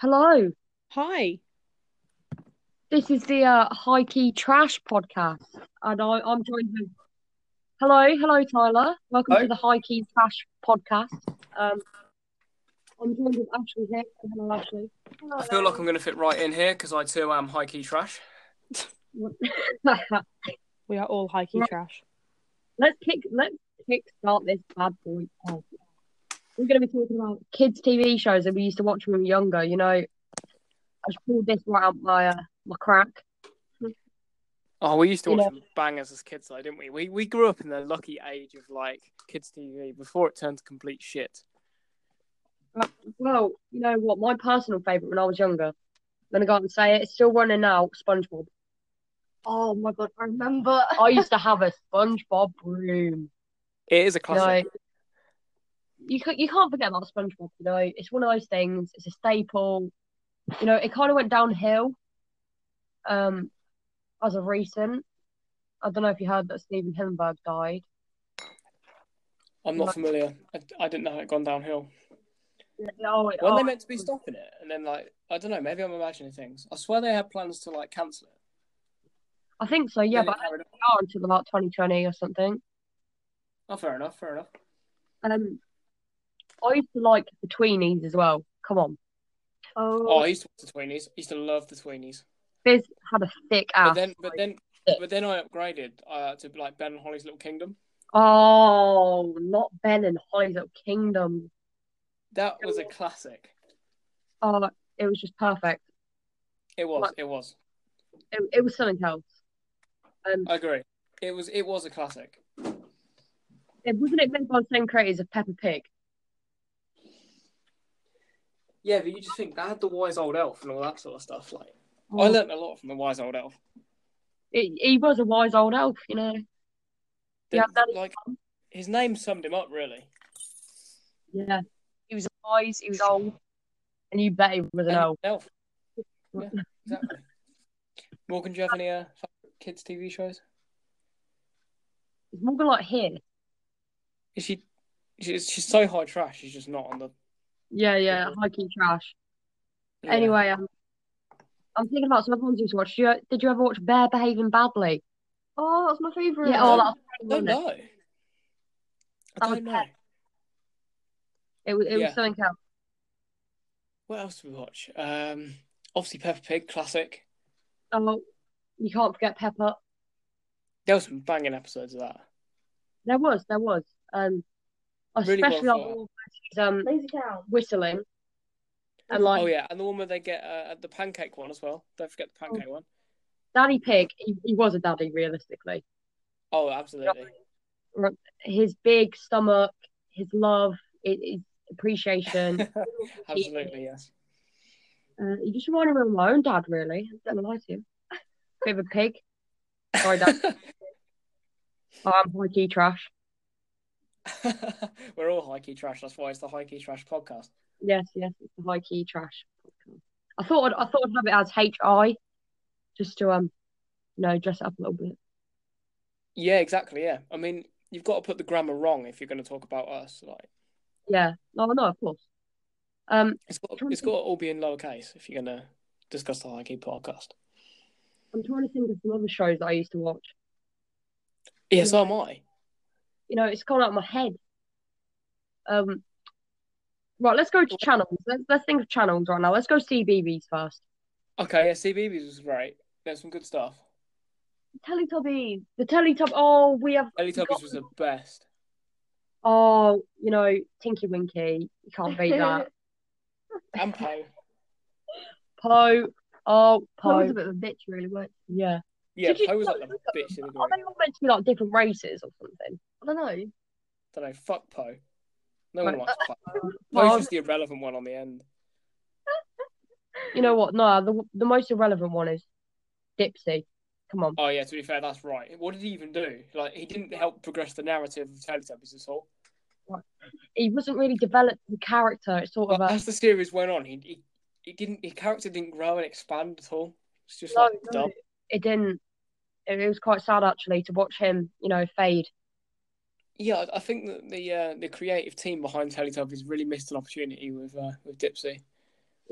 Hello, Hi. this is the uh, High Key Trash podcast, and I, I'm joined with. Hello, hello, Tyler. Welcome Hi. to the High Key Trash podcast. Um, I'm joined with Ashley here. Say Hello, Ashley. I feel like I'm going to fit right in here because I too am high key trash. We are all high key Right. trash. let's kick let's kick start this bad boy off. We're going to be talking about kids' TV shows that we used to watch when we were younger. You know, I just pulled this right out my uh, my crack. Oh, we used to You watch them bangers as kids, though, didn't we? We we grew up in the lucky age of like kids TV before it turned to complete shit. Well, you know what? My personal favorite when I was younger, I'm gonna go out and say it, it's still running out. SpongeBob. Oh my god, I remember. I used to have a SpongeBob room. It is a You know, classic. you can't you can't forget about SpongeBob. You know, it's one of those things. It's a staple. You know, it kind of went downhill. Um, as of recent, I don't know if you heard that Steven Hillenberg died. I'm not familiar. I, I didn't know it had gone downhill. Oh, Weren't they oh, meant to be stopping it? And then like I don't know. Maybe I'm imagining things. I swear they had plans to like cancel it. I think so. Yeah, Then it but carried on. they are until about 2020 or something. oh, fair enough. Fair enough. Um, I used to like the Tweenies as well. Come on. Oh, Oh, I used to watch the Tweenies. I used to love the Tweenies. Fizz had a thick ass. But then, but then, Ah, shit. but then I upgraded uh, to like Ben and Holly's Little Kingdom. oh, not Ben and Holly's Little Kingdom. That was a classic. Oh, it was just perfect. It was. What? It was. It, it was something else. Um, I agree. It was it was a classic. it, wasn't it made by the same creators of Peppa Pig? Yeah, but you just think they had the wise old elf and all that sort of stuff. Like I learned a lot from the wise old elf. He- he was a wise old elf, you know. Yeah, That- that- like his name summed him up really. Yeah. He was wise, he was old, and you bet he was an And elf. elf. Yeah, exactly. Morgan, do you have any uh, favourite kids TV shows? It's Morgan like here. Is she? She's she's so high trash. She's just not on the. Yeah, yeah, high key trash. yeah. Anyway, um, I'm thinking about some other ones you used to watch. Did you, did you ever watch Bear Behaving Badly? that's my favorite. Yeah, oh, No. that's I don't know. I That was don't know. Pet. It was it Yeah. was something else. What else do we watch? Um, obviously Peppa Pig, classic. Oh, you can't forget Pepper. There were some banging episodes of that. There was, there was. Um, Really especially well like thought. all these, um Lazy Town. whistling and like Oh yeah, and the one where they get uh, the pancake one as well. Don't forget the pancake one. Daddy Pig. He, he was a daddy realistically. Oh, absolutely. His big stomach, his love, i- his appreciation. absolutely, yes. uh, he just reminded me of my own dad, really. I'm not gonna lie to you. Bit of a pig. Sorry, Dad. Oh, I'm high key trash. We're all high key trash. That's why it's the high key trash podcast. Yes, yes, it's the high key trash. podcast. I thought I'd, I thought I'd have it as HI, just to um, you know, dress it up a little bit. Yeah, exactly. Yeah, I mean, you've got to put the grammar wrong if you're going to talk about us. Like, Yeah, no, no, of course. Um, it's got it's got to all be in lowercase if you're going to discuss the high key podcast. I'm trying to think of some other shows that I used to watch. Yeah, so am I. You know, it's gone out of my head. Um, right, let's go to channels. Let's let's think of channels right now. Let's go CBBS first. Okay, yeah, CBeebies was great. There's some good stuff. Teletubbies, the Teletub. Oh, we have. Teletubbies was the best. Oh, you know, Tinky Winky. You can't beat that. And Poe. Poe. Oh, That was Poe. a bit of a bitch, really, weren't Yeah. Yeah, Did you- Poe was like the bitch in the Are group. they all meant to be like different races or something? I don't know. don't know. Fuck Poe. No one Right. likes Poe. Well, Poe's just the irrelevant one on the end. you know what? No, the the most irrelevant one is Dipsy. Come on. Oh yeah, to be fair, that's right. What did he even do? Like he didn't help progress the narrative of Teletubbies at all. He wasn't really developed the character. It's sort But of a as the series went on, he he, he didn't his character didn't grow and expand at all. It's just No, like no. dumb. it didn't. It, it was quite sad actually to watch him, you know, fade. Yeah, I- I think that the uh, the creative team behind Teletubbies really missed an opportunity with uh, with Dipsy.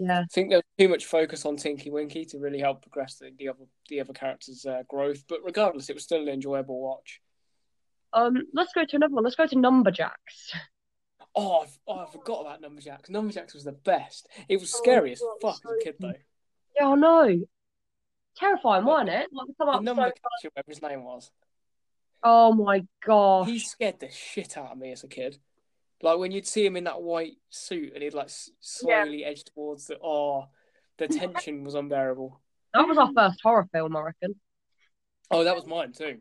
Yeah. I think there was too much focus on Tinky Winky to really help progress the, the other the other characters' uh, growth. But regardless, it was still an enjoyable watch. Um, let's go to another one. Let's go to Numberjacks. Oh, I've, oh, I forgot about Numberjacks. Numberjacks was the best. It Oh, was scary as God, it fuck was as a kid though. Yeah, I know. Terrifying, wasn't it? Like, we come The up number so... catcher, whatever his name was, Oh my gosh. he scared the shit out of me as a kid. Like when you'd see him in that white suit and he'd like s- Yeah. slowly edge towards the oh, the tension was unbearable. That was our first horror film, I reckon. Oh, that was mine too.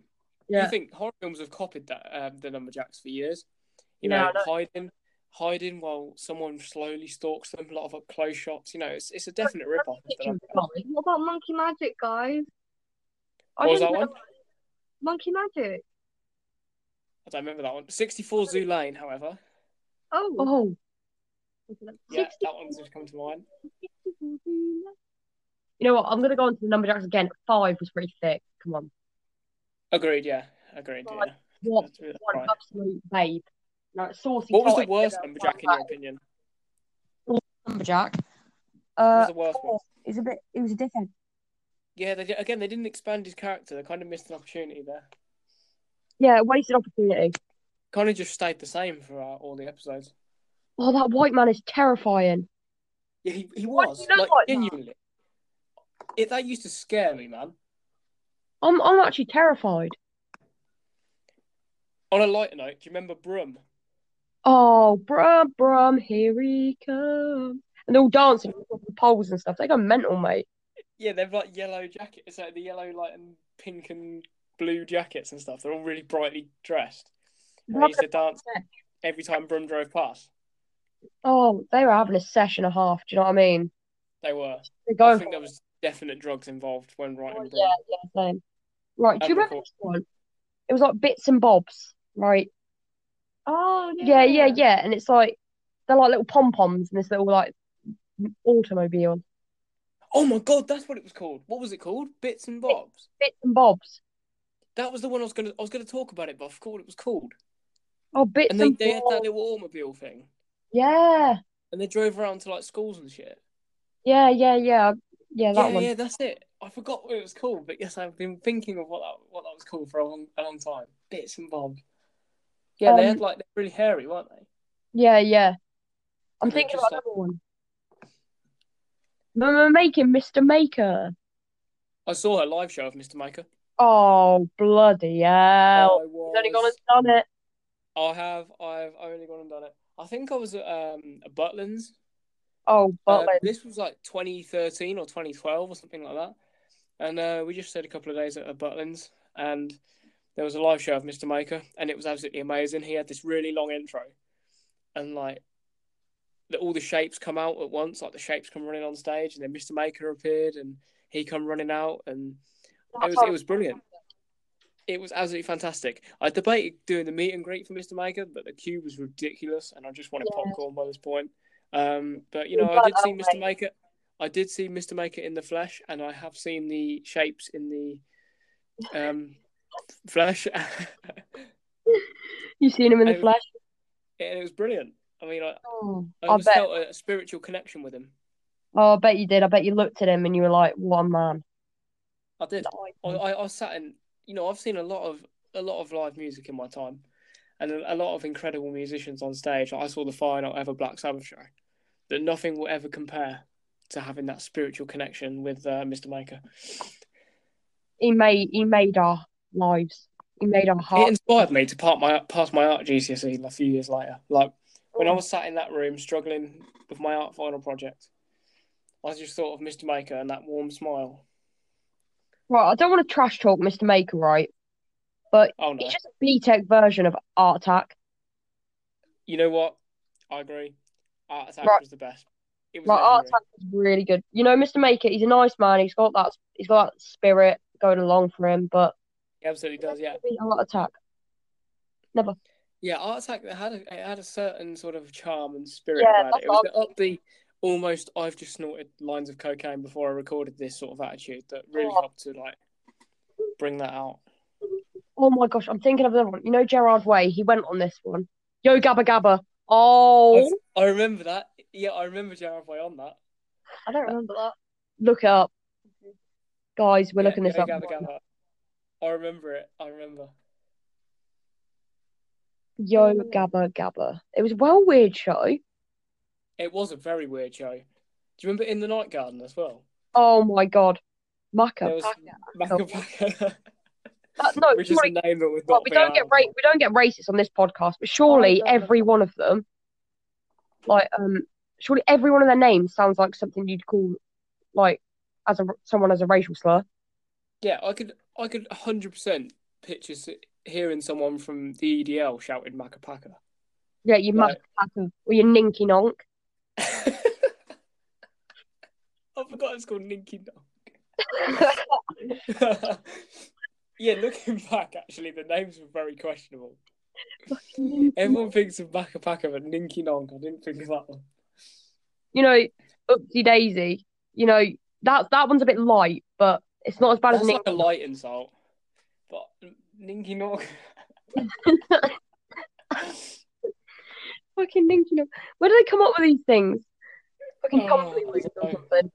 Yeah. You think horror films have copied that um, the number jacks for years? You Yeah, know, I know. hiding, hiding while someone slowly stalks them. A lot of up close shots. You know, it's it's a definite rip off. Kitchen Files. What about Monkey Magic, guys? I What was didn't that know- one? Monkey Magic. I don't remember that one. Sixty four Zoo Lane, however, Oh. Oh, yeah, that one's just come to mind. you know what? I'm gonna go on to the number jacks again. Five was pretty thick. Come on. Agreed. Yeah, agreed. Right. Yeah. What That's really- one right. absolute babe. No, saucy. What was the potted worst sugar, number jack in your opinion? Lumberjack. What Uh, was the worst one? it's a bit. It was a dickhead. Yeah, they, again, they didn't expand his character. They kind of missed an opportunity there. Yeah, wasted opportunity. Kind of just stayed the same for uh, all the episodes. Oh, that white man is terrifying. Yeah, he, he Why do was you not like like that? genuinely. It that used to scare me, man. I'm. I'm actually terrified. On a lighter note, do you remember Brum? Oh, brum brum, here he comes, and they're all dancing with the poles and stuff. They go mental, mate. Yeah, they've like yellow jackets, like the yellow, like and pink and blue jackets and stuff. They're all really brightly dressed. And they used to dance every time Brum drove past. Oh, they were having a session and a half. Do you know what I mean? They were. They're I going. think there was definite drugs involved when for writing it. Brum. Oh, yeah, yeah, same. Right, do you That'd remember be cool. this one? It was like bits and bobs, right? Oh, Yeah, yeah, yeah. And it's like they're like little pom poms and this little like automobile. Oh my god, that's what it was called. What was it called? Bits and Bobs. Bits and bobs. That was the one I was gonna I was gonna talk about it, but I forgot what it was called. Oh, bits And they, and they had that bobs. little automobile thing, Yeah, and they drove around to like schools and shit. yeah, yeah, yeah, yeah. That yeah, one. yeah, that's it. I forgot what it was called, but yes, I've been thinking of what that what that was called for a long a long time. Bits and bobs. Yeah, they had Um, like they're really hairy, weren't they? Yeah, yeah. I'm And then thinking just about another one. Remember making Mr. Maker. I saw her live show of Mr. Maker. Oh, bloody hell. I He's only gone was- and done it. I have I've only gone and done it. I think I was at um at Butlins. Oh, Uh, Butler. this was like 2013 or 2012 or something like that. And uh, we just stayed a couple of days at a Butlins and there was a live show of Mr. Maker and it was absolutely amazing. He had this really long intro and like the, all the shapes come out at once, like the shapes come running on stage and then Mr. Maker appeared and he come running out and it was, it was brilliant. It was absolutely fantastic. I debated doing the meet and greet for Mr. Maker, but the queue was ridiculous, and I just wanted Yeah. popcorn by this point. Um, but you Yeah, know, I but did see that Mr. way- Maker. I did see Mr. Maker in the flesh, and I have seen the shapes in the um, flesh, and You seen him in the I- flesh? it was brilliant. I mean, I, Oh, I I always bet. felt a spiritual connection with him. Oh, I bet you did. I bet you looked at him and you were like, "What a man." I did. I, Mm. I, I sat and you know I've seen a lot of a lot of live music in my time, and a, a lot of incredible musicians on stage. Like, I saw the final ever Black Sabbath show, that nothing will ever compare to having that spiritual connection with uh, Mr. Maker. He made he made our lives. He made our It hearts. inspired me to part my pass my art GCSE E, a few years later. Like when I Mm. was sat in that room struggling with my art final project, I just thought of Mr. Maker and that warm smile. Right, I don't want to trash talk Mr. Maker, right? Oh no! It's just a B Tech version of Art Attack. You know what? I agree. Art Attack Right. was the best. It was Like Art legendary. Attack is really good. You know, Mr. Maker, he's a nice man. He's got that he's got that spirit going along for him, but It absolutely does. Yeah. beat Art Attack. Yeah, Art Attack it had a, it had a certain sort of charm and spirit Yeah, about it. that's It was the upbeat, almost I've just snorted lines of cocaine before I recorded this sort of attitude that really Oh. helped to like bring that out. Oh my gosh, I'm thinking of another one. You know Gerard Way, he went on this one. Yo Gabba Gabba. Oh, I remember that. Yeah, I remember Jared Way on that. I don't remember that. Look it up. Guys, we're Yeah, looking this Gabba up. Gabba Gabba. I remember it. I remember. Yo Oh. Gabba Gabba. It was a well weird show. It was a very weird show. Do you remember in the night garden as well? Oh my god. Maka. There was Paka. Maca Paca, Uh, no, which is sorry. a name that would Oh. Well, not we be don't get allowed. ra- we don't get racist on this podcast, but Oh, surely God. every one of them, like um, surely every one of their names sounds like something you'd call, like, as a someone as a racial slur. Yeah, I could, I could hundred percent picture si- hearing someone from the E EDL shouted Maca Paca. Yeah, you Right. must or you ninky nonk. I forgot it's called Ninky Dog. yeah, looking back, actually, the names were very questionable. Everyone thinks of Baka Paka, but Ninky Nong, I didn't think of that one. You know, Upsy Daisy. You know that that one's a bit light, but it's not as bad That's as like a Ninky. light insult, but Ninky Nong. Fucking ninky nonk. Where do they come up with these things? Fucking Oh, comedy movies I or don't know. something.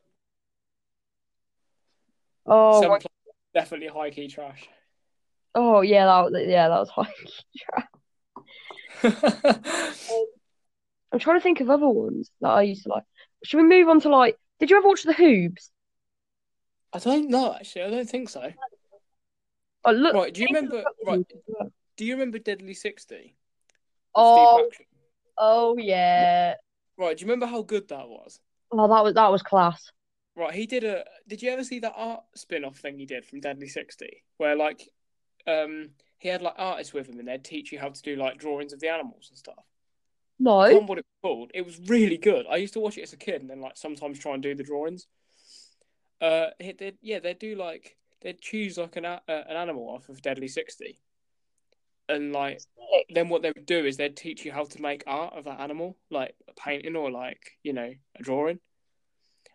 Oh, Some my- pla- definitely high key trash. oh yeah, that was, yeah, that was high. I'm trying to think of other ones that I used to like. Should we move on to like? Did you ever watch the Hoobs? I don't know, actually. I don't think so. Oh, look. Right, do you remember? Right, do you remember Deadly Sixty? Oh, oh yeah. Right, do you remember how good that was? Oh, that was that was class. Right, he did a. Did you ever see that art spin-off thing he did from Deadly Sixty, where like, um, he had like artists with him and they'd teach you how to do like drawings of the animals and stuff. I No, can't remember what it was called. It was really good. I used to watch it as a kid and then like sometimes try and do the drawings. Uh, it did. Yeah, they'd do like they'd choose like an a- uh, an animal off of Deadly Sixty, and like then what they would do is they'd teach you how to make art of that animal, like a painting or like you know a drawing.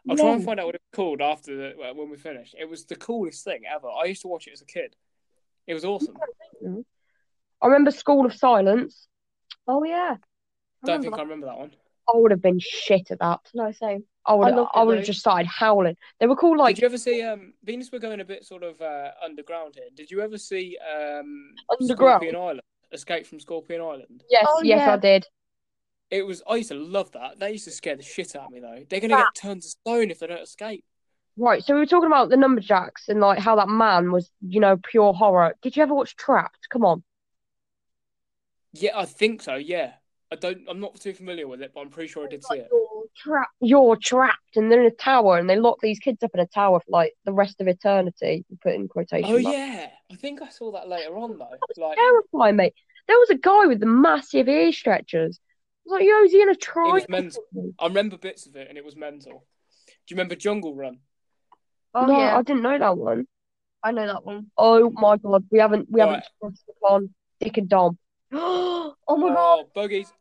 I'll try and No. find out what it was called after the, well, when we finish. It was the coolest thing ever. I used to watch it as a kid. It was awesome. I remember School of Silence. Oh yeah. I Don't remember think I that. remember that one. I would have been shit at that. No, same. I would I loved I it, would have though. just started howling. They were called like Did you ever see um Venus? We're going a bit sort of uh, underground here. Did you ever see um Underground? Scorpion Island? Escape from Scorpion Island. yes, Oh, yes, yeah. I did. It was. I used to love that. That used to scare the shit out of me though. They're gonna get turned to stone if they don't escape. Right, so we were talking about the Numberjacks and like how that man was, you know, pure horror. Did you ever watch Trapped? Come on. Yeah, I think so. Yeah, I don't. I'm not too familiar with it, but I'm pretty sure I did see Like it. your trap. you're trapped and they're in a tower and they lock these kids up in a tower for like the rest of eternity. You put in quotation Oh marks. yeah, I think I saw that later on though. Like it Terrifying, mate. There was a guy with the massive ear stretchers. I was like, yo, is he in a triangle? was mental. I remember bits of it, and it was mental. Do you remember Jungle Run? Oh no, yeah. I didn't know that one. I know that one. Oh my god, we haven't we haven't Right. touched upon Dick and Dom. oh my god. Oh, buggies.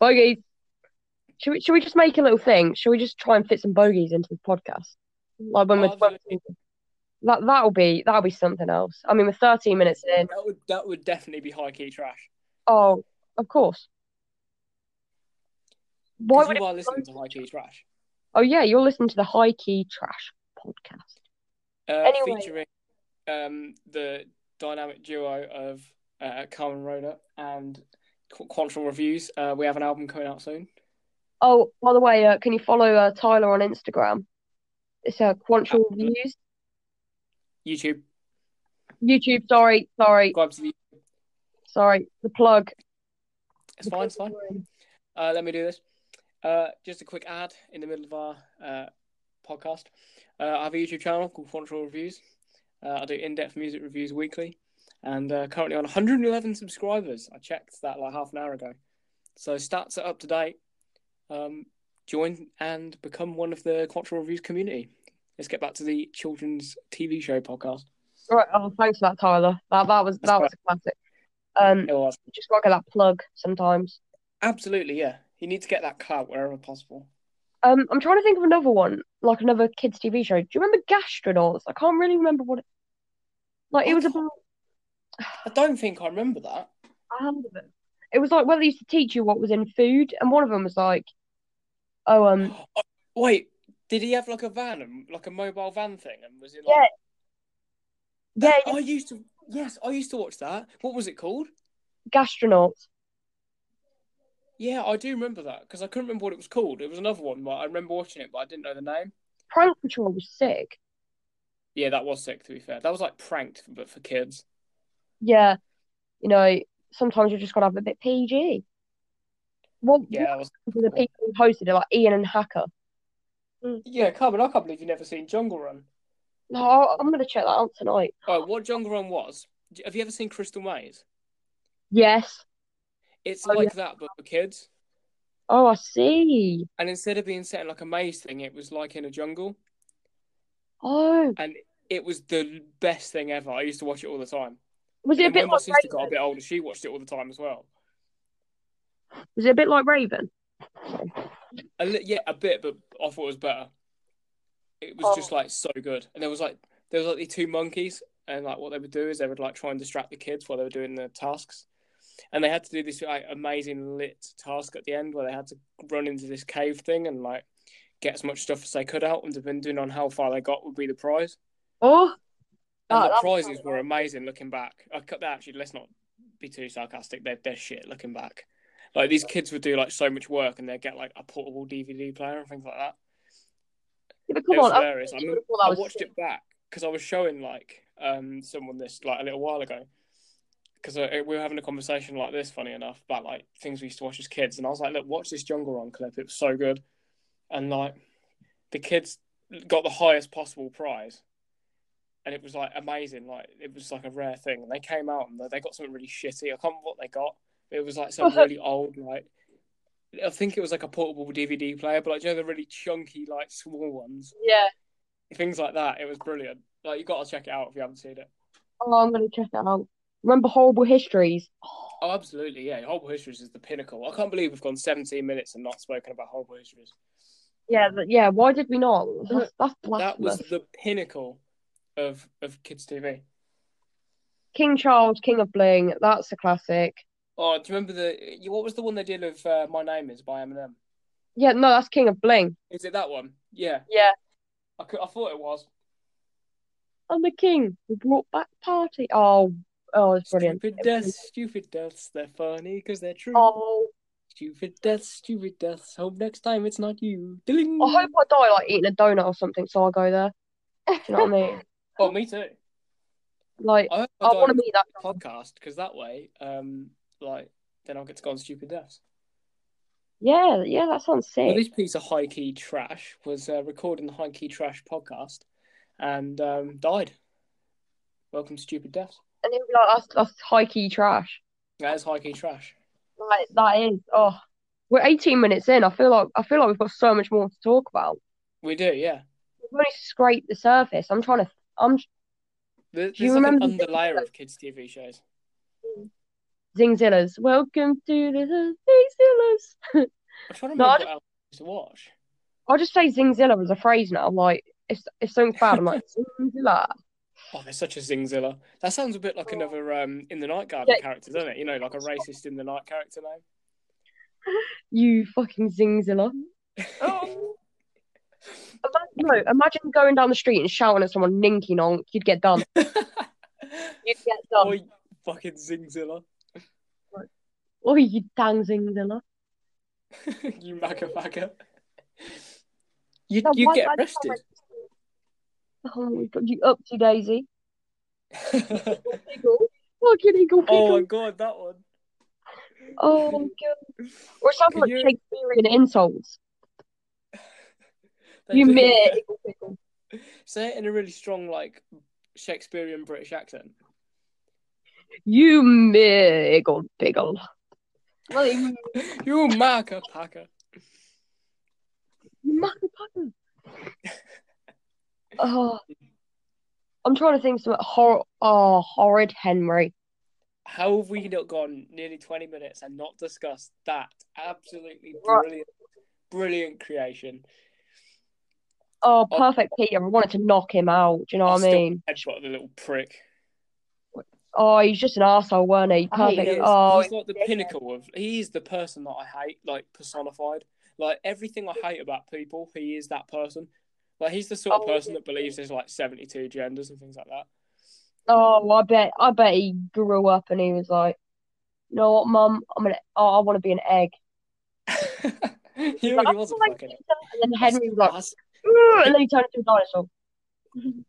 Bogies. Should we should we just make a little thing? Should we just try and fit some bogies into the podcast? Like when we're Absolutely. that that'll be that'll be something else. I mean, we're 13 minutes in. That would that would definitely be high key trash. Oh, of course. Why 'Cause would you it- are listening to high key trash. Oh yeah, you're listening to the High Key Trash podcast. Uh, Anyway. featuring um the dynamic duo of uh, Carmen Rhoda and Qu- Quantum Reviews. Uh, we have an album coming out soon. Oh, by the way, uh, can you follow uh, Tyler on Instagram? It's uh, Quantrill Absolutely. Reviews. YouTube. YouTube, sorry, sorry, Subscribe to the. sorry. The plug. It's fine. It's fine. Uh, let me do this. Uh, just a quick ad in the middle of our uh, podcast. Uh, I have a YouTube channel called Quantrill Reviews. Uh, I do in-depth music reviews weekly, and uh, currently on 111 subscribers. I checked that like half an hour ago, so stats are up to date. Um, join and become one of the Quantrill Reviews community. Let's get back to the children's TV show podcast. Right, oh, thanks for that, Tyler. That that was That's that was a classic. Um, It was you just gotta get that plug sometimes. absolutely yeah. You need to get that clout wherever possible. Um, I'm trying to think of another one, like another kids' TV show. Do you remember Gastronauts? I can't really remember what it. Like it I was can't- about. I don't think I remember that. I remember it. it was like where they used to teach you what was in food, and one of them was like, "Oh, um, I, Wait, did he have like a van and like a mobile van thing? And was it like? Yeah, That- yeah, I used to. Yes, I used to watch that. What was it called? Gastronauts. Yeah, I do remember that because I couldn't remember what it was called. It was another one, but I remember watching it, but I didn't know the name. Prank Patrol was sick. Yeah, that was sick. To be fair, that was like pranked, but for kids. Yeah. You know, sometimes you just gotta have a bit PG. What Yeah, that was. what were the people who hosted it, like Ian and Hacker? Yeah, Carmen, I can't believe you've never seen Jungle Run. No, I- I'm gonna check that out tonight. Oh, what Jungle Run was? d- Have you ever seen Crystal Maze? Yes. It's Oh, like that, but for kids. Oh, I see. And instead of being set in like a maze thing, it was like in a jungle. Oh, It was the best thing ever. I used to watch it all the time. was it a And bit when my like sister Raven? got a bit older, she watched it all the time as well. Was it a bit like Raven? A li- yeah, a bit, but I thought it was better. It was Oh. just like so good, and there was like there was like the two monkeys, and like what they would do is they would like try and distract the kids while they were doing their tasks, and they had to do this like amazing lit task at the end where they had to run into this cave thing and like get as much stuff as they could out, and depending on how far they got would be the prize. Oh, And Oh, the that's prizes quite were amazing looking back. I cut that actually. Let's not be too sarcastic. They're they're shit looking back. Like these kids would do like so much work, and they would get like a portable DVD player and things like that. yeah, but It come was on. I, hilarious. I, you remember, would've thought that I was watched sick. it back because I was showing like um someone this like a little while ago because we were having a conversation like this, funny enough, about like things we used to watch as kids, and I was like, "Look, watch this Jungle Run clip. It was so good," and like the kids got the highest possible prize, and it was like amazing. Like it was like a rare thing, and they came out and they- they got something really shitty. I can't remember what they got. It was like some really old like. I think it was like a portable DVD player, but like you know the really chunky, like small ones yeah. things like that. It was brilliant. Like you got to check it out if you haven't seen it. Oh, I'm gonna check it out. Remember Horrible Histories? Oh, absolutely, yeah. Horrible Histories is the pinnacle. I can't believe we've gone 17 minutes and not spoken about Horrible Histories. Yeah, but yeah. Why did we not? That's, that's That was blasphemous. the pinnacle of of kids TV. King Charles, King of Bling. That's a classic. Oh, do you remember the you- what was the one they did of uh, My Name Is by Eminem? Yeah, no, that's King of Bling. Is it that one? Yeah, Yeah, I, cou- I thought it was. I'm the king. We brought back party. Oh, oh, it's brilliant. Stupid deaths, stupid deaths. They're funny because they're true. Oh, Stupid deaths, stupid deaths. Hope next time it's not you. Diling. I hope I die like eating a donut or something, so I'll go there. Do you know what I mean? Oh, me too. Like, I hope I want to die- be that. guy. podcast because that way, um, like then I'll get to go on stupid deaths. Yeah, yeah, that sounds sick. Well, this piece of high key trash was uh, recorded in the high key trash podcast, and um, died. Welcome to stupid deaths. And he'll be like, that's, that's high key trash. That is high key trash. Like, that is. Oh, we're 18 minutes in. I feel like I feel like we've got so much more to talk about. We do, yeah. We've only scraped the surface. I'm trying to. I'm There- There's Do you like an remember the- underlayer of kids' TV shows. Zingzillas. Welcome to the Zingzillas. I'm trying to No, remember I what else I used to watch. I'll just say Zingzilla as a phrase now. Like, if if something's bad, I'm like Zingzilla. Oh, there's such a Zingzilla. That sounds a bit like Oh. another um, in the Night Garden Yeah. character, doesn't it? You know, like a racist in the Night character name. You fucking Zingzilla. Oh. Imagine, no, imagine going down the street and shouting at someone Ninky Nonk. You'd get done. You'd get done. Oi, fucking Zingzilla. Or you dang Zingzilla. you maga maga. You Now, you why- get why do I arrested. like- Oh my god, you up to Daisy? Eagle. Fucking Eagle oh my Pickle. god, that one. Oh my god. Or it sounds Can like you- Shakespearean insults. They You do. mere Eagle Pickle. Say it in a really strong like Shakespearean British accent. You mere Eagle Pickle. Well, you You maga packer. You mucky pucker. oh, I'm trying to think some hor- oh, horrid Henry. How have we not gone nearly twenty minutes and not discussed that absolutely Right. brilliant, brilliant creation? Oh, Oh. perfect Peter. I wanted to knock him out. Do you know I what I still- mean? Headshot of the little prick. Oh, he's just an arsehole, weren't he? I hate Perfect. him. Oh, he's like the pinnacle of. He is the person that I hate, like personified. Like everything I hate about people, he is that person. Like he's the sort of Oh, person that believes there's like seventy two genders and things like that. Oh, I bet, I bet he grew up and he was like, you know what, Mum, I'm an, oh, I want to be an egg. he Like, already "I was a wanna fucking. be something." And then Henry was like, That's- "Ugh," and then he turned into a dinosaur.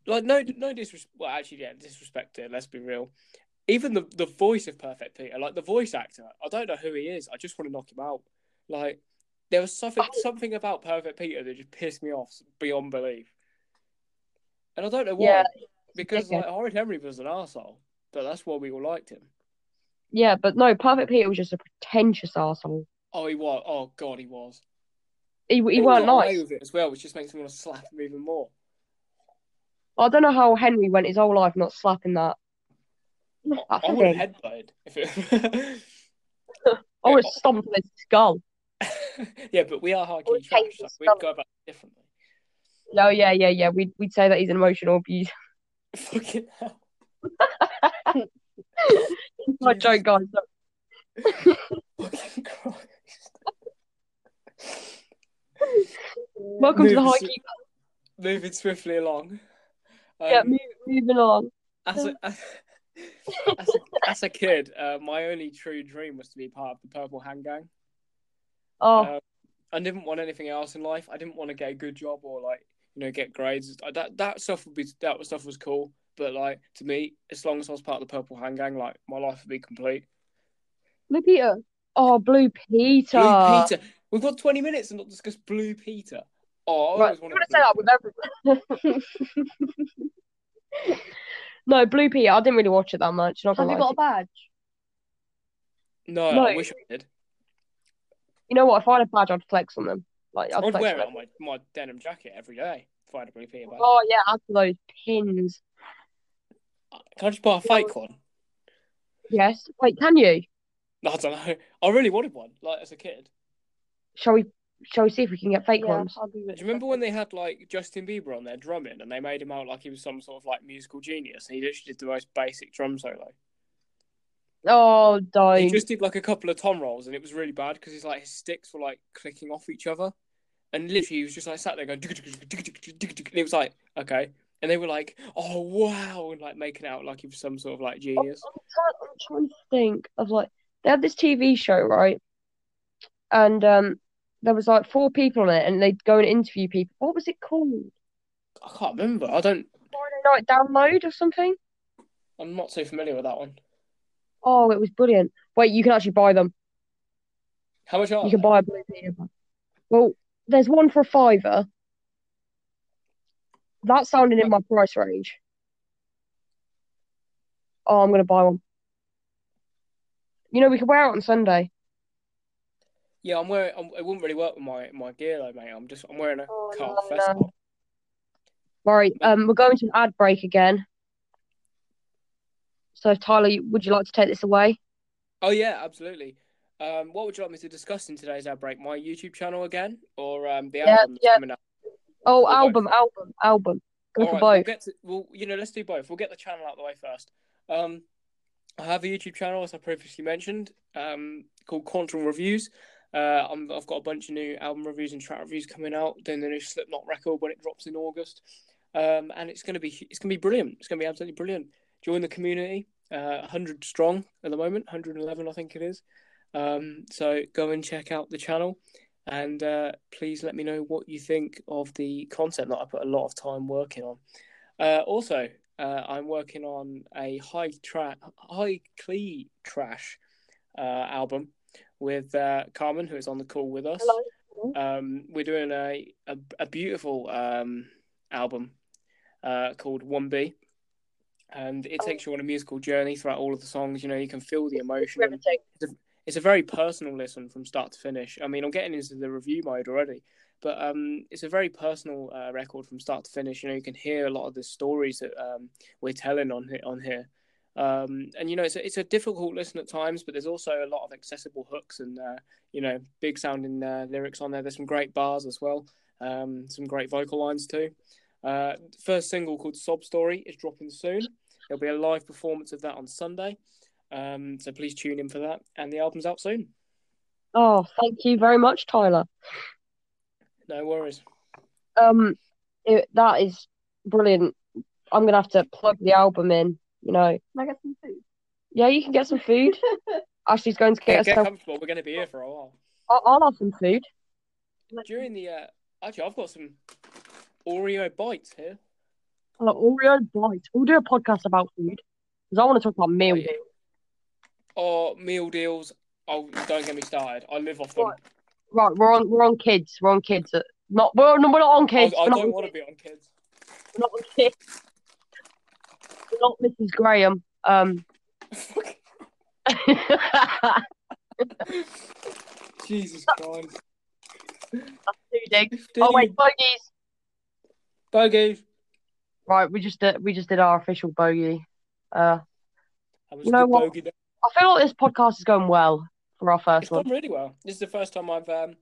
like no no disrespect well actually yeah disrespect to it let's be real even the the voice of perfect peter like the voice actor i don't know who he is i just want to knock him out like there was something Oh. something about perfect peter that just pissed me off beyond belief and i don't know why Yeah, because dickhead. like howard henry was an asshole but that's why we all liked him Yeah, but no, Perfect Peter was just a pretentious asshole. oh he was oh god he was He, he And weren't got away nice. with it as well which just makes me want to slap him even more I don't know how Henry went his whole life not slapping that. That i would thing. have headbutted if it I would have stomped on his skull. yeah, but we are hard Or key trash. change Like, the we'd go about it differently. No, yeah, yeah, yeah. We'd we'd say that he's an emotional abuse. Fucking hell. My Jesus. joke, guys. Look, Fucking Christ. Welcome to the Moving high swi- key. Moving swiftly along. Um, Yeah, move, moving along. as, a, as, a, as a kid, uh, my only true dream was to be part of the Purple Hand Gang. Oh, Uh, I didn't want anything else in life. I didn't want to get a good job or like you know get grades. Uh, That that stuff would be that stuff was cool, but like to me, as long as I was part of the Purple Hand Gang, like my life would be complete. Blue Peter. oh, Blue Peter. Blue Peter. We've got 20 minutes and not discuss Blue Peter. Oh, I Right, always you wanted want to say Blue that with everyone. no, Blue Peter. I didn't really watch it that much. Not Have gonna you lie got to a badge? Peter. No, No. I wish I did. you know what? If I had a badge, I'd flex on them. Like I'd, I'd flex wear on it them. on my, my denim jacket every day if I had a Blue Peter badge. Oh yeah, after those pins. Can I just buy a fake one? Yes. Wait, can you? No, I don't know. I really wanted one, like as a kid. Shall we? Shall we see if we can get fake ones? I'll be Do you remember when they had like Justin Bieber on their drumming and they made him out like he was some sort of like musical genius and he literally did the most basic drum solo? Oh, He dying. just did like a couple of tom rolls and it was really bad because his like his sticks were like clicking off each other, and literally he was just like sat there going, and it was like okay, and they were like, oh wow, and like making out like he was some sort of like genius. Oh, I'm trying, I'm trying to think of like they had this TV show, right? And um, there was like four people on it, and they'd go and interview people. What was it called? I can't remember. I don't. Friday Night Download or something? I'm not so familiar with that one. Oh, it was brilliant. Wait, you can actually buy them. How much are You can they? buy a blue Peter bag. Well, there's one for a fiver. That sounded in my price range. Oh, I'm gonna buy one. You know, we could wear it on Sunday. Yeah, I'm wearing. I'm, it wouldn't really work with my my gear though, mate. I'm just. I'm wearing a Oh, cut no, off vest. no. Right, um, we're going to an ad break again. So, Tyler, you- would you like to take this away? Oh yeah, absolutely. Um, what would you like me to discuss in today's outbreak? My YouTube channel again, or um, the Yeah, album that's yeah. coming out? Oh, We'll go album, album, album. Go All for right, both. We'll get to, well, you know, let's do both. We'll get the channel out of the way first. Um, I have a YouTube channel, as I previously mentioned, um, called Quantum Reviews. Uh, I'm, I've got a bunch of new album reviews and track reviews coming out. Doing the new Slipknot record when it drops in August, um, and it's gonna be hu- it's gonna be brilliant. It's gonna be absolutely brilliant. Join the community, uh, 100 strong at the moment, 111 I think it is. Um, so go and check out the channel, and uh, please let me know what you think of the content that I put a lot of time working on. Uh, also, uh, I'm working on a high track, high clee trash uh, album with uh, Carmen, who is on the call with us. Hello. Um, we're doing a a, a beautiful um, album uh, called One B, and it takes you on a musical journey throughout all of the songs. You know, you can feel the emotion. and Riveting. it's a very personal listen from start to finish. I mean, I'm getting into the review mode already, but um, it's a very personal uh, record from start to finish. You know, you can hear a lot of the stories that um, we're telling on he- on here, um, and you know, it's a, it's a difficult listen at times, but there's also a lot of accessible hooks and uh, you know, big sounding uh, lyrics on there. There's some great bars as well, um, some great vocal lines too. Uh, first single called Sob Story is dropping soon. There'll be a live performance of that on Sunday. Um, so please tune in for that. And the album's out soon. Oh, thank you very much, Tyler. No worries. Um, it, that is brilliant. I'm gonna have to plug the album in. You know, Can I get some food? yeah, you can get some food. Ashley's going to Get, get get herself. comfortable. We're going to be here for a while. I'll, I'll have some food. During the uh, actually, I've got some Oreo bites here. I love Oreo bites. We'll do a podcast about food because I want to talk about meal Oh, yeah. deals. Oh, meal deals. Oh, don't get me started. I live off them. Right, Right, we're on we're on kids. We're on kids. uh, Not we're, no, we're not on I, I kids. we're, not don't on want to kids. be on kids. we're not on kids. We're not Mrs. Graham. Um. Too Jesus Christ. big. Oh wait, bogeys. Bogey. Right, we just did we just did our official bogey. Uh, That was You a know good what? bogey there. I feel like this podcast is going well for our It's first one. gone really well. This is the first time I've um,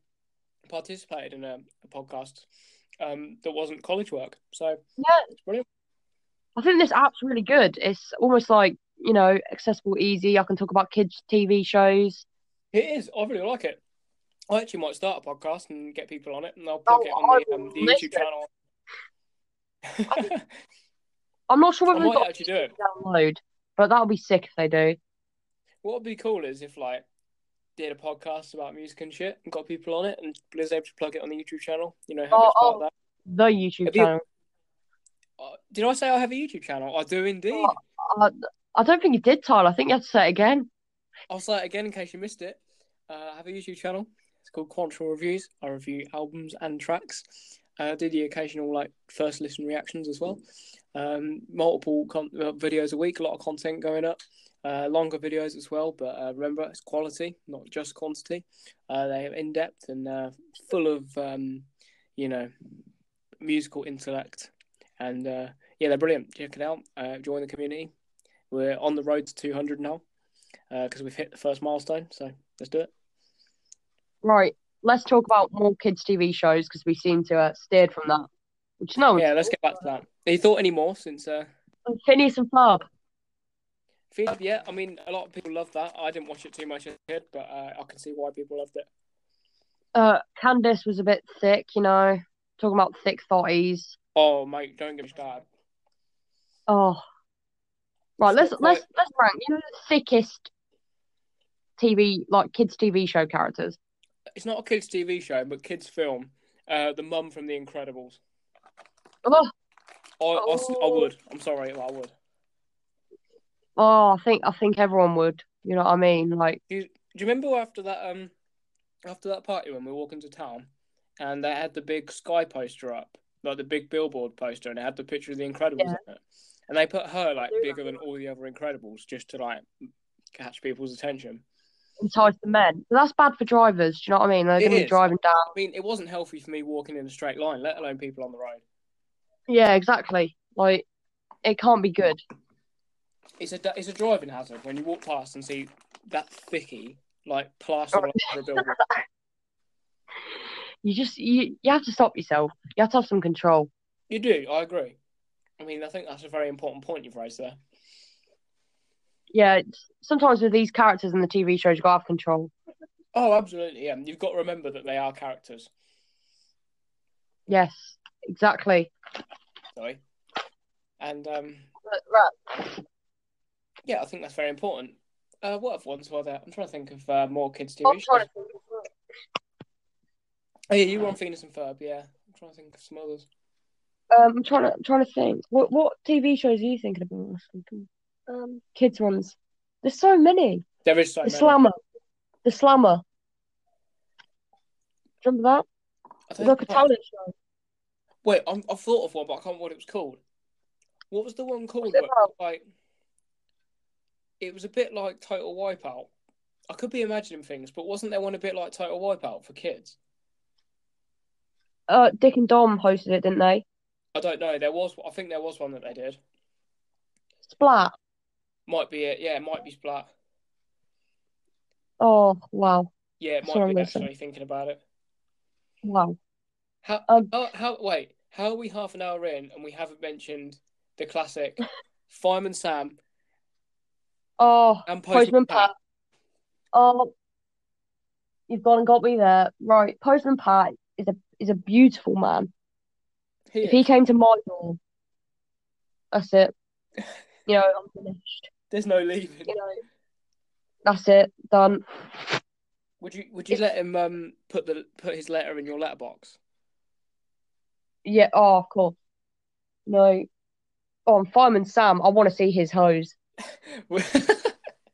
participated in a, a podcast um, that wasn't college work. So it's brilliant. I think this app's really good. It's almost like you know accessible, easy. I can talk about kids' TV shows. It is. I really like it. I actually might start a podcast and get people on it, and I'll plug Oh, it on I the, um, the will listen. YouTube channel. I'm not sure I whether they've might got actually do it. download, but that would be sick if they do. What would be cool is if like did a podcast about music and shit and got people on it and Blizz able to plug it on the YouTube channel. You know, have Oh, it as part oh. of that. The YouTube Have you- channel. Uh, did I say I have a YouTube channel? I do indeed. Oh. Uh, I don't think you did, Tyler. I think you had to say it again. I'll say it again in case you missed it. Uh, I have a YouTube channel. It's called Quantrill Reviews. I review albums and tracks. Uh, I do the occasional like first listen reactions as well. Um, multiple con- uh, videos a week. A lot of content going up. Uh, longer videos as well, but uh, remember it's quality, not just quantity. Uh, they are in depth and uh, full of um, you know musical intellect, and uh, yeah, they're brilliant. Check it out. Uh, join the community. We're on the road to 200 now because uh, we've hit the first milestone. So let's do it. Right, let's talk about more kids' TV shows because we seem to uh, steered from that. Which no, Yeah, let's get back to that. Have you thought any more since uh, Phineas and Ferb. Phoebe? Yeah, I mean, a lot of people love that. I didn't watch it too much as a kid, but uh, I can see why people loved it. Uh, Candice was a bit thick, you know, talking about thick thotties. Oh, mate, don't get me started. Oh, right. Let's Thick let's let's rank. You know, the thickest TV like kids TV show characters. It's not a kids' TV show, but kids' film. Uh, the mum from The Incredibles. Oh, I, I s- I Oh. would. I'm sorry, I would. oh, I think I think everyone would. You know what I mean? Like, Do you remember after that um after that party when we were walking to town and they had the big sky poster up, like the big billboard poster and it had the picture of the Incredibles Yeah. on it. And they put her like do bigger than all the other Incredibles just to like catch people's attention. entice the men. But that's bad for drivers. Do you know what I mean? They're It gonna be is. driving down. I mean, it wasn't healthy for me walking in a straight line, let alone people on the road. Yeah, exactly. Like, it can't be good. It's a it's a driving hazard when you walk past and see that thicky like plastered all over a billboard. You just you you have to stop yourself. You have to have some control. You do, I agree. I mean, I think that's a very important point you've raised there. Yeah, it's, sometimes with these characters in the TV shows, you gotta have control. Oh, absolutely. Yeah, you've got to remember that they are characters. Yes, exactly. Sorry. And um, But, right, yeah, I think that's very important. Uh, what other ones were there? I'm trying to think of uh, more kids' TV I'm shows. trying to think. Oh, yeah, you were on Venus and Ferb, yeah. I'm trying to think of some others. Um, I'm trying to I'm trying to think. What what TV shows are you thinking about? Ashley? Come on. Um, kids ones. There's so many. There is so The many. Slammer. The Slammer. Remember that? I It's don't like a think- talent show. Wait, I'm, I've thought of one, but I can't remember what it was called. What was the one called? it where- about? like, it was a bit like Total Wipeout. I could be imagining things, but wasn't there one a bit like Total Wipeout for kids? Uh, Dick and Dom hosted it, didn't they? I don't know. There was, I think there was one that they did. Splat. Might be it. Yeah, it might be Splat. Oh wow, Yeah, it might Sorry, be listen. actually thinking about it. wow. How, Um, how, how, wait, how are we half an hour in and we haven't mentioned the classic Fireman Sam Oh, and Postman Postman, Pat. Pat? Oh, you've gone and got me there. Right, Postman Pat. is a is a beautiful man. He If he is. came to my door, that's it. You know, I'm finished. There's no leaving. You know, that's it. Done. Would you would you let him um put the put his letter in your letterbox? Yeah. Oh, of course. No. Oh, and Fireman Sam. I want to see his hose.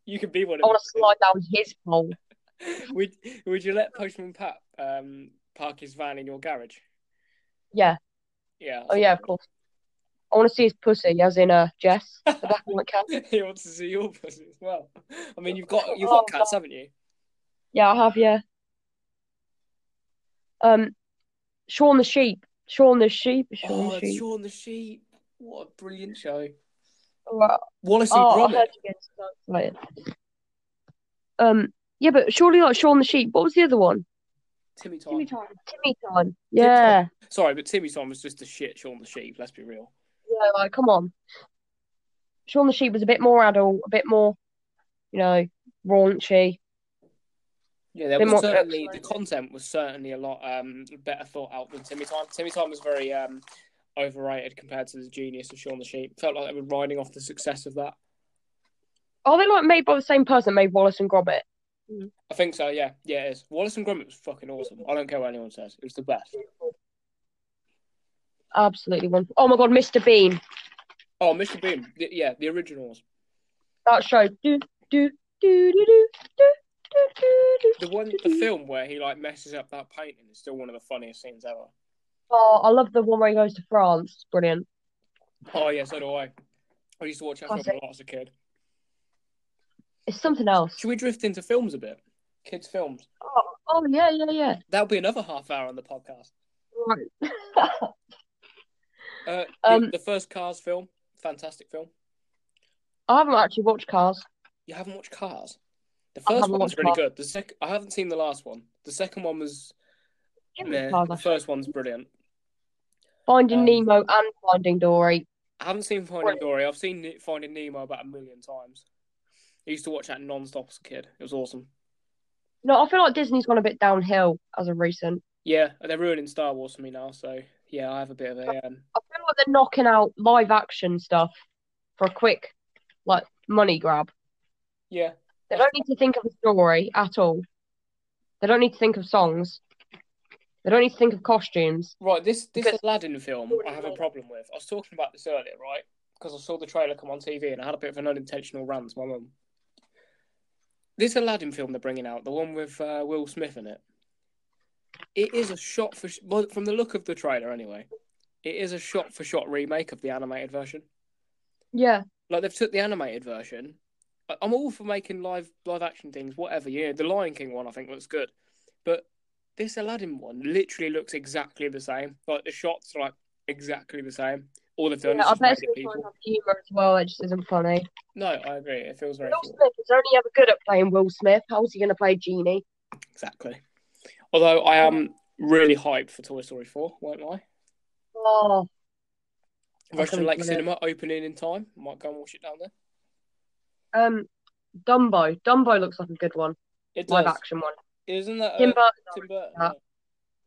you could be one I of want to slide down his pole. them. Would would you let Postman Pat um park his van in your garage? Yeah. Yeah. Oh yeah, of course. I want to see his pussy, as in uh, Jess, the black one that can. he wants to see your pussy as well. I mean, you've got you've got Oh, cats, haven't you? Yeah, I have. Yeah. Um, Shaun the sheep. Shaun the sheep. Shaun Oh, the it's sheep. Shaun the Sheep. What a brilliant show. Alright. Wallace and Oh, I Gromit. heard you get started. Um, yeah, but surely not Shaun the sheep. What was the other one? Timmy Time. Timmy time. Timmy time. Yeah. Sorry, but Timmy Time was just a shit Shaun the Sheep. Let's be real. Yeah. Like, come on. Shaun the sheep was a bit more adult, a bit more, you know, raunchy. Yeah, there Bit was more certainly the episodic. content was certainly a lot um, better thought out than Timmy Time. Timmy Time was very um, overrated compared to the genius of Shaun the Sheep. Felt like they were riding off the success of that. Are they like made by the same person that made Wallace and Gromit? I think so. Yeah, yeah, it is. Wallace and Gromit was fucking awesome. I don't care what anyone says. It was the best. Absolutely wonderful. Oh my god, Mr. Bean. Oh, Mr. Bean. The, yeah, the originals. That show. Do do do do do do do do do. The one, the film where he like messes up that painting is still one of the funniest scenes ever. Oh, I love the one where he goes to France. It's Brilliant. Oh yeah, so do I. I used to watch that film Classic. a lot as a kid. It's something else. Should we drift into films a bit? Kids' films. Oh, oh yeah, yeah, yeah. That'll be another half hour on the podcast. Right. Uh, Um, the, the first Cars film, fantastic film. I haven't actually watched Cars. You haven't watched Cars. The I first haven't one was watched really Cars. good. The sec- I haven't seen the last one. The second one was Give me meh. Cars. The first one's brilliant. Finding um, Nemo and Finding Dory. I haven't seen Finding Brilliant. Dory. I've seen Ne- Finding Nemo about a million times. I used to watch that non-stop as a kid. It was awesome. No, I feel like Disney's gone a bit downhill as of recent. Yeah, they're ruining Star Wars for me now. So yeah, I have a bit of a um, I feel like they're knocking out live action stuff for a quick, like, money grab. yeah. They don't need to think of a story at all. They don't need to think of songs. They don't need to think of costumes. Right, this this Because- Aladdin film, Already I have a made it. problem with. I was talking about this earlier, right? Because I saw the trailer come on TV and I had a bit of an unintentional rant to my mum. This Aladdin film they're bringing out, the one with uh, Will Smith in it, it is a shot for sh- well, from the look of the trailer anyway. It is a shot for shot remake of the animated version. Yeah. Like they've took the animated version. I- I'm all for making live live action things, whatever. Yeah, the Lion King one I think looks good, but this Aladdin one literally looks exactly the same. Like the shots are like exactly the same. All they've done yeah I is just bet made it's all it trying to people. have humour as well. It just isn't funny. No, I agree. It feels very Will short. Smith is only ever good at playing Will Smith. How's he going to play Genie? exactly. Although I am really hyped for Toy Story Four, won't I? Oh, Russian can't Lake believe it. Cinema opening in time. Might go and watch it down there. um, Dumbo. Dumbo looks like a good one. It Live does. action one. Isn't that uh, Tim Burton. Tim Burton? Yeah.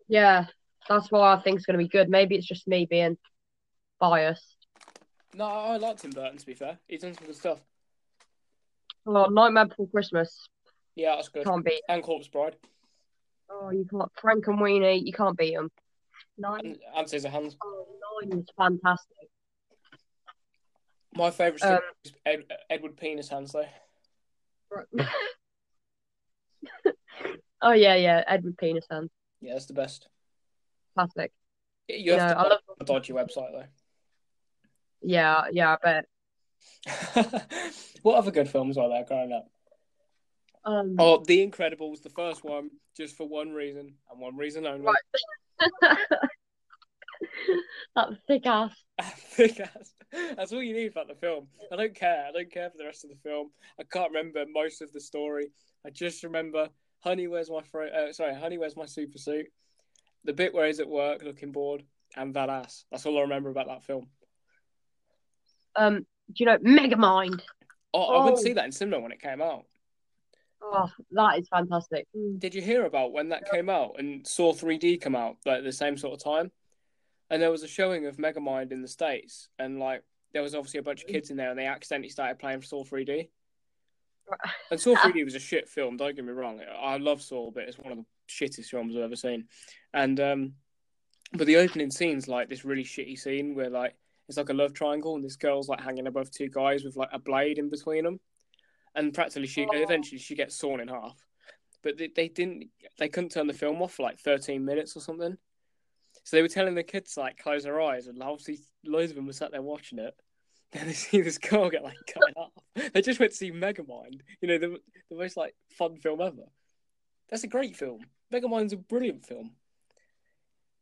Yeah, that's why I think it's going to be good. Maybe it's just me being biased. No, I like Tim Burton. To be fair, he's done some good stuff. Oh, Nightmare Before Christmas Yeah, that's good. can't beat. And Corpse Bride. Oh, you can't. Frank and Weenie, you can't beat them. Nine. And, and Scissorhands. Oh, nine is fantastic. My favourite Um, strip is Ed, Edward Penis Hands, though. Right. oh yeah, yeah. Edward Penis and Yeah, that's the best. classic. You No, have I to love- a dodgy website, Yeah, yeah. I bet. though. what other good films are there growing up? Um, Oh, The Incredibles, the first one, just for one reason and one reason only. Right. that thick ass. Big ass. That's all you need about the film. I don't care. I don't care for the rest of the film. I can't remember most of the story. I just remember Honey, where's my fro- uh, sorry, Honey, where's my super suit? The bit where he's at work looking bored and that ass. That's all I remember about that film. Um, do you know Megamind? Oh, I went Oh. to see that in cinema when it came out. Oh, that is fantastic. Did you hear about when that came out and Saw 3D come out like the same sort of time? And there was a showing of Megamind in the States, and like there was obviously a bunch of kids in there, and they accidentally started playing Saw 3D. And Saw 3D was a shit film. Don't get me wrong. I love Saw, but it's one of the shittest films I've ever seen. And um, but the opening scene's like this really shitty scene where like it's like a love triangle, and this girl's like hanging above two guys with like a blade in between them, and practically she Oh. eventually she gets sawn in half. But they, they didn't. They couldn't turn the film off for like 13 minutes or something. So they were telling the kids to, like close their eyes, and obviously loads of them were sat there watching it. Then they see this girl get like cut in half. They just went to see Megamind. You know, the the most like fun film ever. That's a great film. Megamind's a brilliant film.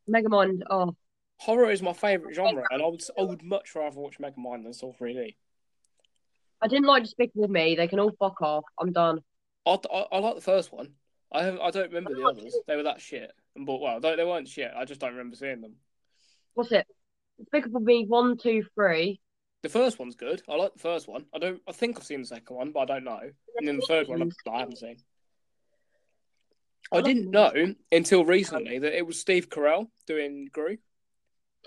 Megamond. Oh, Horror is my favourite genre, and I would I would much rather watch Megamind than Saw 3D. I didn't like Despicable Me. They can all fuck off. I'm done. I, I, I like the first one. I have, I don't remember the others. They were that shit. And but well, they, they weren't shit. I just don't remember seeing them. What's it? Despicable Me one, two, three. The first one's good. I like the first one. I don't. I think I've seen the second one, but I don't know. And then the third one, I, I haven't seen. I didn't know until recently that it was Steve Carell doing Gru.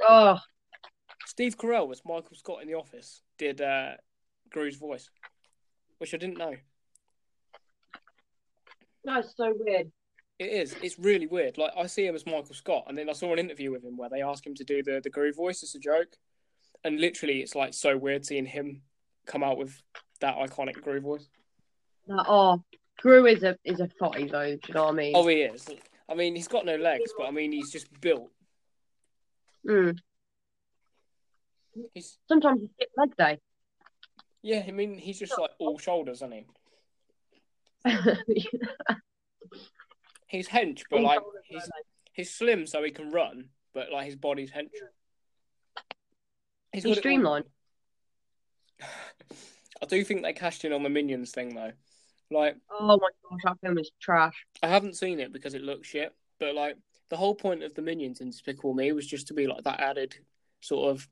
Oh, Steve Carell was Michael Scott in The Office. Did uh, Gru's voice, which I didn't know. that's so weird. It is. It's really weird. Like I see him as Michael Scott, and then I saw an interview with him where they asked him to do the the Gru voice as a joke, and literally, it's like so weird seeing him come out with that iconic Gru voice. That, oh, Drew is a is a fotty though. Do you know what I mean? Oh, he is. I mean, he's got no legs, but I mean, he's just built. Mm. He's Sometimes you skip leg day. yeah. I mean, he's just like all shoulders, isn't he? He's hench, but like he's he's slim, so he can run, but like his body's hench. He's He's got it all- streamlined. I do think they cashed in on the minions thing though. Like Oh my gosh, that film is trash. I haven't seen it because it looks shit, but like the whole point of the minions in Despicable Me was just to be like that added sort of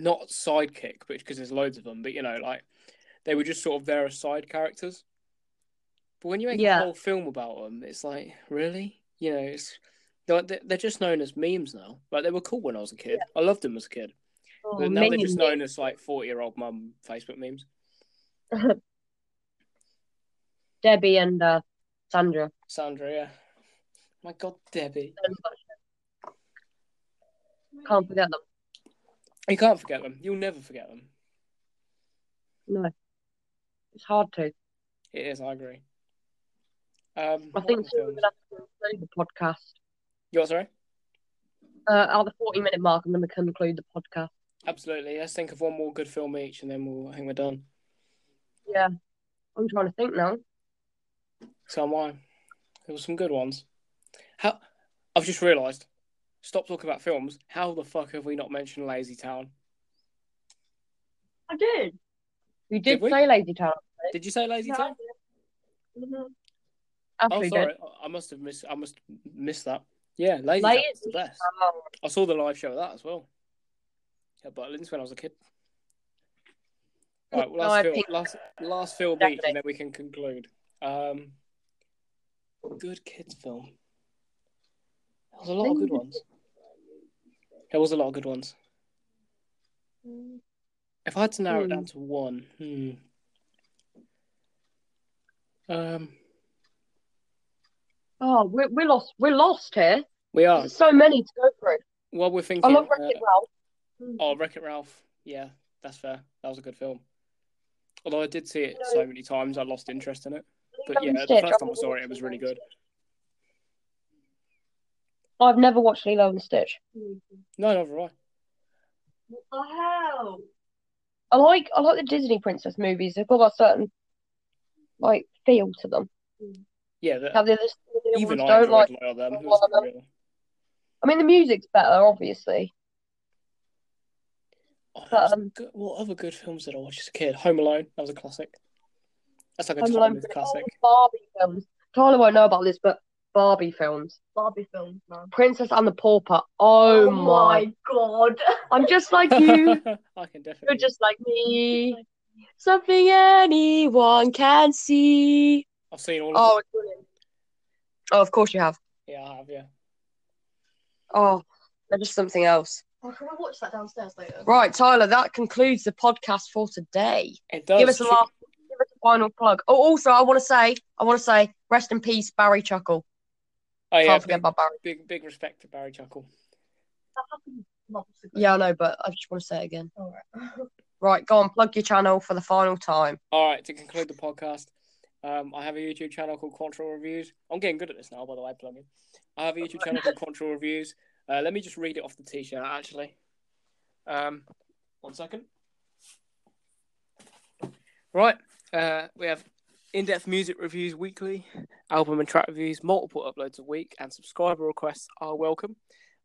not sidekick, but because there's loads of them, but you know, like they were just sort of there as side characters. But when you make Yeah. a whole film about them, it's like really, you know, it's they're, they're just known as memes now. Like they were cool when I was a kid. I loved them as a kid. Oh, But now they're Minions. just known as like forty-year-old mum Facebook memes. Debbie and uh, Sandra. Sandra, yeah. My God, Debbie. Can't forget them. You can't forget them. You'll never forget them. No, it's hard to. It is. I agree. Um, I what think other we're films? gonna have to conclude the podcast You're sorry. uh, at the forty-minute mark. I'm gonna conclude the podcast. Absolutely. Let's think of one more good film each, and then we'll. I think we're done. Yeah, I'm trying to think now. So am I. There were some good ones. How? I've just realised. Stop talking about films. How the fuck have we not mentioned Lazy Town? I did. You did, Did we? say Lady Town. Did you say Lazy Town? Mm-hmm. Oh, Absolutely sorry. I- I must have missed. I must miss that. Yeah, Lazy Lazy Town's the best. Oh, I saw the live show of that as well. At Butlins when I was a kid. Right, well, I last, film, think- last, last film each, and then we can conclude. Um, good kids film. There was a lot of good ones. There was a lot of good ones. If I had to narrow it down to one, hmm. Um, oh we're, we're lost. We're lost here. we are. There's so many to go through. Well, we're I thinking. love uh, Wreck It Ralph. Oh, Wreck It Ralph. Yeah, that's fair. That was a good film. Although I did see it so many times, I lost interest in it. But yeah, the first time I saw it, it was really good. I've never watched Lilo and Stitch. No, neither have I. What the hell? I like I like the Disney princess movies. They've got that certain like feel to them. Yeah, the, Have the other the other even I ones don't enjoyed like. a lot of them. a lot let's of be real. I mean, the music's better, obviously. Oh, there But, was um, good- what other good films did I watch as a kid? Home Alone. That was a classic. That's like a Home Alone, timeless but classic. all the Barbie films. Tyler won't know about this, but Barbie films, Barbie films, man. Princess and the Pauper. Oh, my! god. I'm just like you. I can definitely. You're just like me. Something anyone can see. I've seen all of Oh, them. it's brilliant. Oh, of course you have. Yeah, I have, yeah. Oh, they're just something else. Oh, can we watch that downstairs later? Right, Tyler, that concludes the podcast for today. It does. Give us a last, give us a final plug. Oh, also, I want to say, I want to say, rest in peace, Barry Chuckle. Oh, yeah, Can't forget big, about Barry. big, big respect to Barry Chuckle. Yeah, I know, but I just want to say it again. Alright. Right, go on, plug your channel for the final time. All right, to conclude the podcast, um, I have a YouTube channel called Quantrill Reviews. I'm getting good at this now, by the way, plugging. I have a YouTube channel called Quantrill Reviews. Uh, let me just read it off the t-shirt, actually. Um, one second. Right, uh, we have in-depth music reviews weekly, album and track reviews, multiple uploads a week, and subscriber requests are welcome.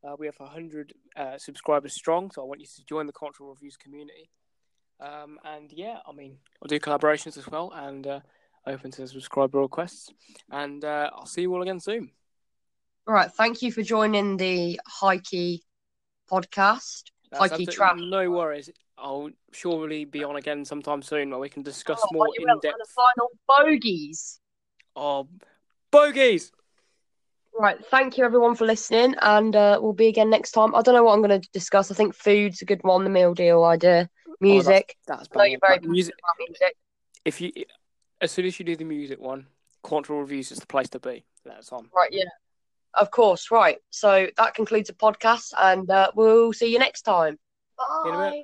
Uh, we have 100 uh, subscribers strong, so I want you to join the Quantrill Reviews community. Um, and yeah, I mean, I'll do collaborations as well and uh, open to subscriber requests. And uh, I'll see you all again soon. All right, thank you for joining the Hikey podcast. That's Hikey absolutely Trav. No worries. I'll surely be on again sometime soon where we can discuss Oh, more what you in will, and depth the final bogeys. of bogeys. Right, thank you everyone for listening, and uh, we'll be again next time. I don't know what I'm going to discuss. I think food's a good one, the meal deal idea, music. Oh, That's I know you're very But music. passionate about music. If you, as soon as you do the music one, Quantrill Reviews is the place to be. That's on. Right, yeah, of course. Right, so that concludes the podcast, and uh, we'll see you next time. In a bit. Bye.